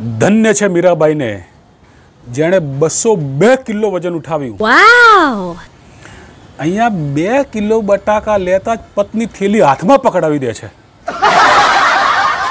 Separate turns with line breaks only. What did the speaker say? ધન્ય છે મીરાબાઈને જેણે બસો બે કિલો વજન ઉઠાવ્યું
વાવ
અહીંયા બે કિલો બટાકા લેતા જ પત્ની થેલી હાથમાં પકડાવી દે છે